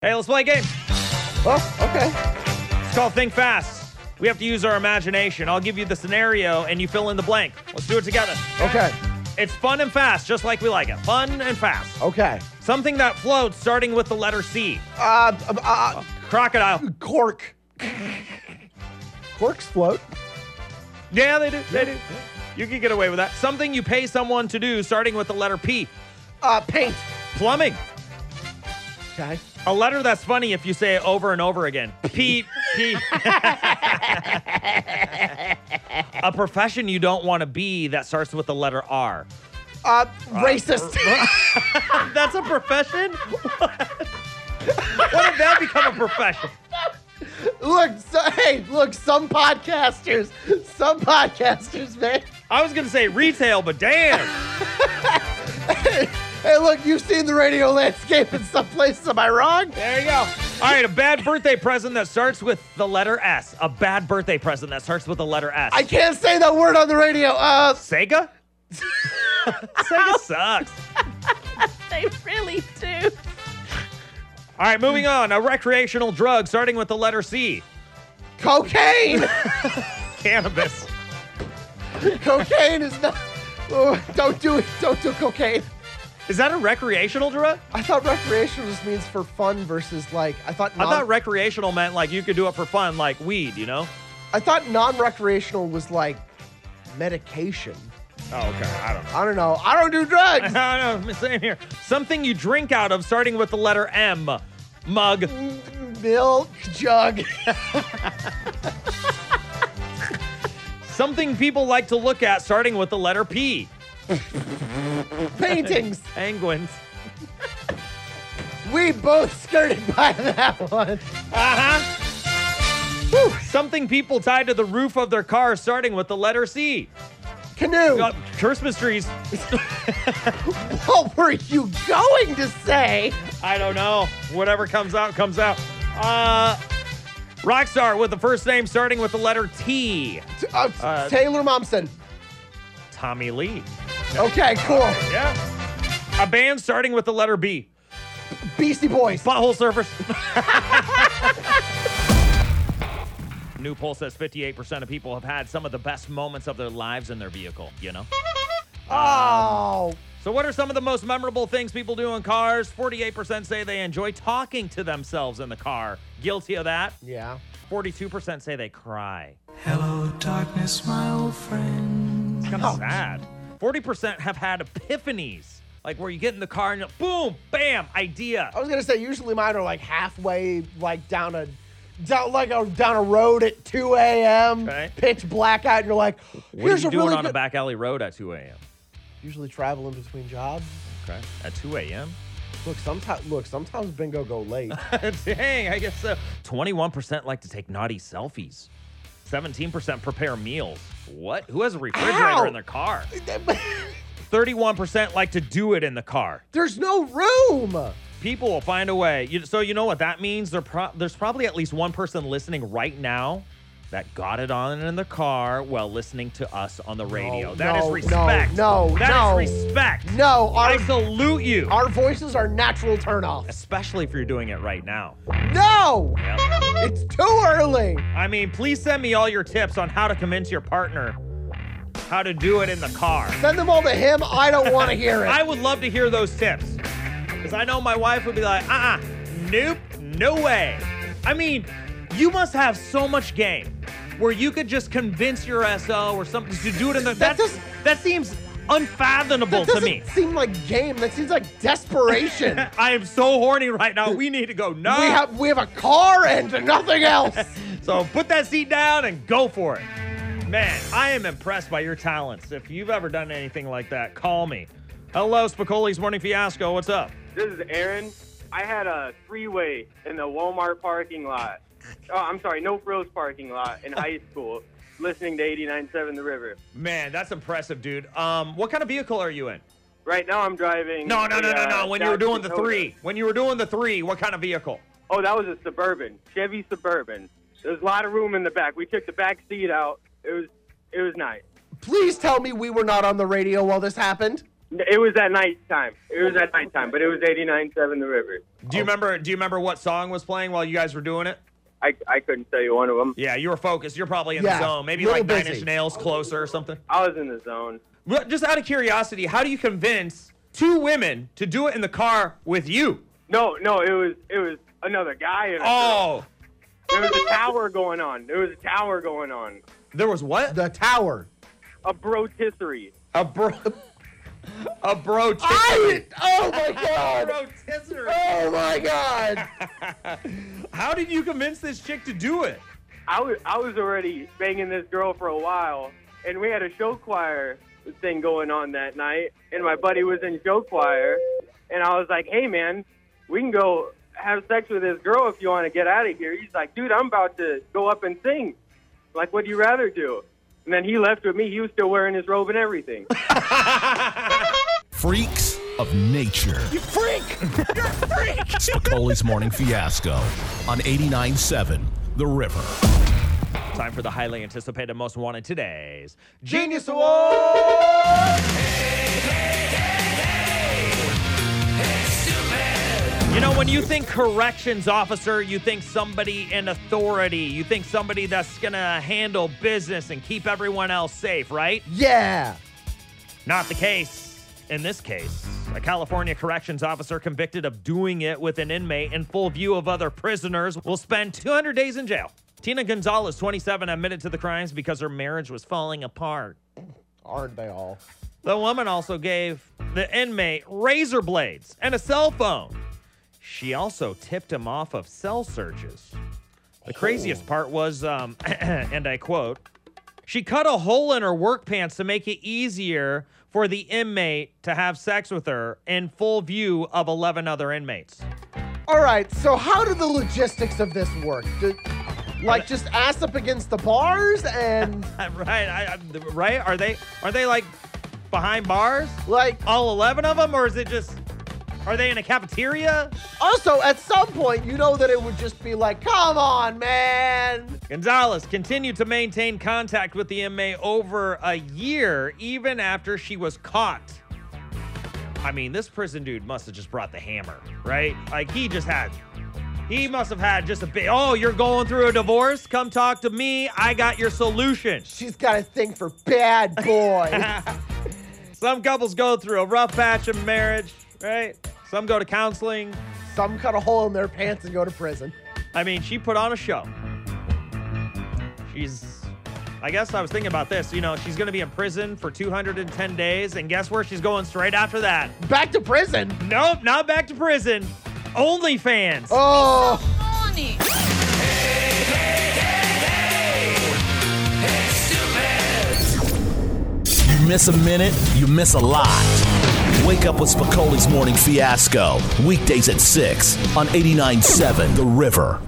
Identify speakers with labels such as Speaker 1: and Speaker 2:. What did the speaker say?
Speaker 1: Hey, let's play a game.
Speaker 2: Oh, okay.
Speaker 1: It's called Think Fast. We have to use our imagination. I'll give you the scenario and you fill in the blank. Let's do it together.
Speaker 2: Okay.
Speaker 1: It's fun and fast, just like we like it. Fun and fast.
Speaker 2: Okay.
Speaker 1: Something that floats starting with the letter C.
Speaker 2: Uh, uh, uh,
Speaker 1: Crocodile.
Speaker 2: cork. Corks float.
Speaker 1: Yeah, they do. They do. You can get away with that. Something you pay someone to do starting with the letter P.
Speaker 2: Uh, paint.
Speaker 1: Plumbing.
Speaker 2: Okay.
Speaker 1: A letter that's funny if you say it over and over again. P. P. A profession you don't want to be that starts with the letter R.
Speaker 2: Uh, racist.
Speaker 1: That's a profession? What? when did that become a profession?
Speaker 2: look, so, hey, look, some podcasters, some podcasters, man.
Speaker 1: I was gonna say retail, but damn.
Speaker 2: Hey, look, you've seen the radio landscape in some places. Am I wrong?
Speaker 1: There you go. All right, a bad birthday present that starts with the letter S. A bad birthday present that starts with the letter S.
Speaker 2: I can't say that word on the radio. Uh,
Speaker 1: Sega? Sega sucks.
Speaker 3: They really do.
Speaker 1: All right, moving on. A recreational drug starting with the letter C.
Speaker 2: cocaine.
Speaker 1: Cannabis.
Speaker 2: cocaine is not. Oh, don't do it. Don't do cocaine.
Speaker 1: Is that a recreational drug?
Speaker 2: I thought recreational just means for fun versus like I thought.
Speaker 1: I
Speaker 2: non-
Speaker 1: thought recreational meant like you could do it for fun, like weed, you know?
Speaker 2: I thought non-recreational was like medication.
Speaker 1: Oh, okay. I don't know.
Speaker 2: I don't know. I don't do drugs.
Speaker 1: I don't know. Same here. Something you drink out of, starting with the letter M. Mug.
Speaker 2: Milk jug.
Speaker 1: Something people like to look at, starting with the letter P.
Speaker 2: Paintings.
Speaker 1: Penguins.
Speaker 2: We both skirted by that one.
Speaker 1: Uh huh. Something people tie to the roof of their car, starting with the letter C.
Speaker 2: Canoe.
Speaker 1: Uh, Christmas trees.
Speaker 2: What were you going to say?
Speaker 1: I don't know. Whatever comes out, comes out. Uh, Rockstar with the first name starting with the letter T.
Speaker 2: T- uh,
Speaker 1: Uh,
Speaker 2: Taylor Momsen.
Speaker 1: Tommy Lee.
Speaker 2: Okay, cool.
Speaker 1: Yeah. A band starting with the letter B.
Speaker 2: Beastie Boys.
Speaker 1: Butthole surfers. New poll says 58% of people have had some of the best moments of their lives in their vehicle, you know?
Speaker 2: Oh,
Speaker 1: So, what are some of the most memorable things people do in cars? 48% say they enjoy talking to themselves in the car. Guilty of that.
Speaker 2: yeah.
Speaker 1: 42% say they cry.
Speaker 4: Hello, darkness, my old friend.
Speaker 1: It's kind of sad. 40% have had epiphanies, like where you get in the car and you're like, boom, bam, idea.
Speaker 2: I was gonna say usually mine are like halfway, like down a, down like a down a road at 2 a.m.
Speaker 1: Okay.
Speaker 2: Pitch black out, and you're like,
Speaker 1: What are
Speaker 2: here's
Speaker 1: you
Speaker 2: a
Speaker 1: doing
Speaker 2: really
Speaker 1: on a
Speaker 2: good.
Speaker 1: back alley road at 2 a.m.?
Speaker 2: usually traveling between jobs.
Speaker 1: Okay. At 2 a.m.?
Speaker 2: Look, sometimes look, sometimes bingo go late.
Speaker 1: Dang, I guess so. 21% like to take naughty selfies. 17% prepare meals. What? Who has a refrigerator
Speaker 2: Ow!
Speaker 1: in their car? 31% like to do it in the car.
Speaker 2: There's no room.
Speaker 1: People will find a way. You, so you know what that means? There pro- there's probably at least one person listening right now that got it on in the car while listening to us on the radio. That is
Speaker 2: no, no,
Speaker 1: respect.
Speaker 2: no,
Speaker 1: That is
Speaker 2: no.
Speaker 1: respect.
Speaker 2: No,
Speaker 1: I
Speaker 2: our
Speaker 1: salute you.
Speaker 2: our voices are natural turnoffs.
Speaker 1: Especially if you're doing it right now.
Speaker 2: No,
Speaker 1: Yeah.
Speaker 2: it's too early.
Speaker 1: I mean, please send me all your tips on how to convince your partner how to do it in the car.
Speaker 2: Send them all to him. I don't want to hear it.
Speaker 1: I would love to hear those tips. Because I know my wife would be like, uh uh nope, no way. I mean, you must have so much game where you could just convince your SO or something to do it in the. That,
Speaker 2: That
Speaker 1: that,
Speaker 2: does-
Speaker 1: seems unfathomable to
Speaker 2: that doesn't
Speaker 1: me. Uh,
Speaker 2: seem like game. That seems like desperation.
Speaker 1: I am so horny right now. We need to go. No.
Speaker 2: We have we have a car and nothing else.
Speaker 1: So put that seat down and go for it. Man, I am impressed by your talents. If you've ever done anything like that, call me. Hello, Spicoli's Morning Fiasco. What's up?
Speaker 5: This is Aaron. I had a three-way in the Walmart parking lot. Oh, I'm sorry, No Frills parking lot in high school, listening to 89.7 The River.
Speaker 1: Man, that's impressive, dude. Um, what kind of vehicle are you in?
Speaker 5: Right now, I'm driving.
Speaker 1: No, no, no,
Speaker 5: a,
Speaker 1: no,
Speaker 5: uh,
Speaker 1: no. When you were
Speaker 5: Dodge
Speaker 1: doing the
Speaker 5: Dakota.
Speaker 1: three, when you were doing the three, what kind of vehicle?
Speaker 5: Oh, that was a suburban, Chevy Suburban. There's a lot of room in the back. We took the back seat out. It was, it was nice.
Speaker 2: Please tell me we were not on the radio while this happened.
Speaker 5: It was at nighttime. It was at nighttime, but it was 89.7 The River.
Speaker 1: Do
Speaker 2: Oh.
Speaker 1: you remember? Do you remember what song was playing while you guys were doing it?
Speaker 5: I, I couldn't tell you one of them.
Speaker 1: Yeah, you were focused. You're probably in
Speaker 2: Yeah,
Speaker 1: the zone. Maybe
Speaker 2: little
Speaker 1: like Nine
Speaker 2: busy.
Speaker 1: Inch Nails, closer or something.
Speaker 5: I was in the zone.
Speaker 1: Well, Just out of curiosity, how do you convince two women to do it in the car with you?
Speaker 5: No, no, it was it was another guy. And a girl.
Speaker 1: Oh,
Speaker 5: There was a tower going on. There was a tower going on.
Speaker 1: there was what?
Speaker 2: The tower.
Speaker 5: A rotisserie.
Speaker 1: A bro. A bro.
Speaker 2: I. Oh my
Speaker 1: A
Speaker 2: god.
Speaker 1: rotisserie.
Speaker 2: Oh my god.
Speaker 1: How did you convince this chick to do it?
Speaker 5: I was I was already banging this girl for a while, and we had a show choir thing going on that night, and my buddy was in show choir, and I was like, "Hey man, we can go have sex with this girl if you want to get out of here." He's like, "Dude, I'm about to go up and sing. Like, what do you rather do?" And then he left with me. He was still wearing his robe and everything.
Speaker 6: Freaks of Nature. You freak! You're a freak! Spicoli's Morning Fiasco on 89.7 The River.
Speaker 1: Time for the highly anticipated, most wanted today's Genius Award. You know, when you think corrections officer, you think somebody in authority. You think somebody that's going to handle business and keep everyone else safe, right?
Speaker 2: Yeah.
Speaker 1: Not the case. In this case, a California corrections officer convicted of doing it with an inmate in full view of other prisoners will spend 200 days in jail. Tina Gonzalez, 27, admitted to the crimes because her marriage was falling apart.
Speaker 2: Aren't they all?
Speaker 1: The woman also gave the inmate razor blades and a cell phone. She also tipped him off of cell searches. The craziest part was, um, and I quote, she cut a hole in her work pants to make it easier for the inmate to have sex with her in full view of 11 other inmates.
Speaker 2: All right. So how do the logistics of this work? Do, like just ass up against the bars and
Speaker 1: right? I, I, right? Are they are they like behind bars?
Speaker 2: like
Speaker 1: All 11 of them, or is it just are they in a cafeteria?
Speaker 2: also at some point you know that it would just be like, come on, man.
Speaker 1: Gonzalez continued to maintain contact with the inmate over a year, even after she was caught. I mean, this prison dude must have just brought the hammer, right? Like, he just had, he must have had just a bit. Oh, you're going through a divorce? Come talk to me. I got your solution.
Speaker 2: She's got a thing for bad boys.
Speaker 1: Some couples go through a rough patch in marriage, right? Some go to counseling.
Speaker 2: Some cut a hole in their pants and go to prison.
Speaker 1: I mean, she put on a show. She's, I guess I was thinking about this. You know, she's going to be in prison for 210 days, and guess where she's going straight after that?
Speaker 2: Back to prison.
Speaker 1: Nope, not back to prison. OnlyFans.
Speaker 2: Oh.
Speaker 6: You miss a minute, you miss a lot. Wake up with Spicoli's Morning Fiasco, weekdays at 6 on 89.7 The River.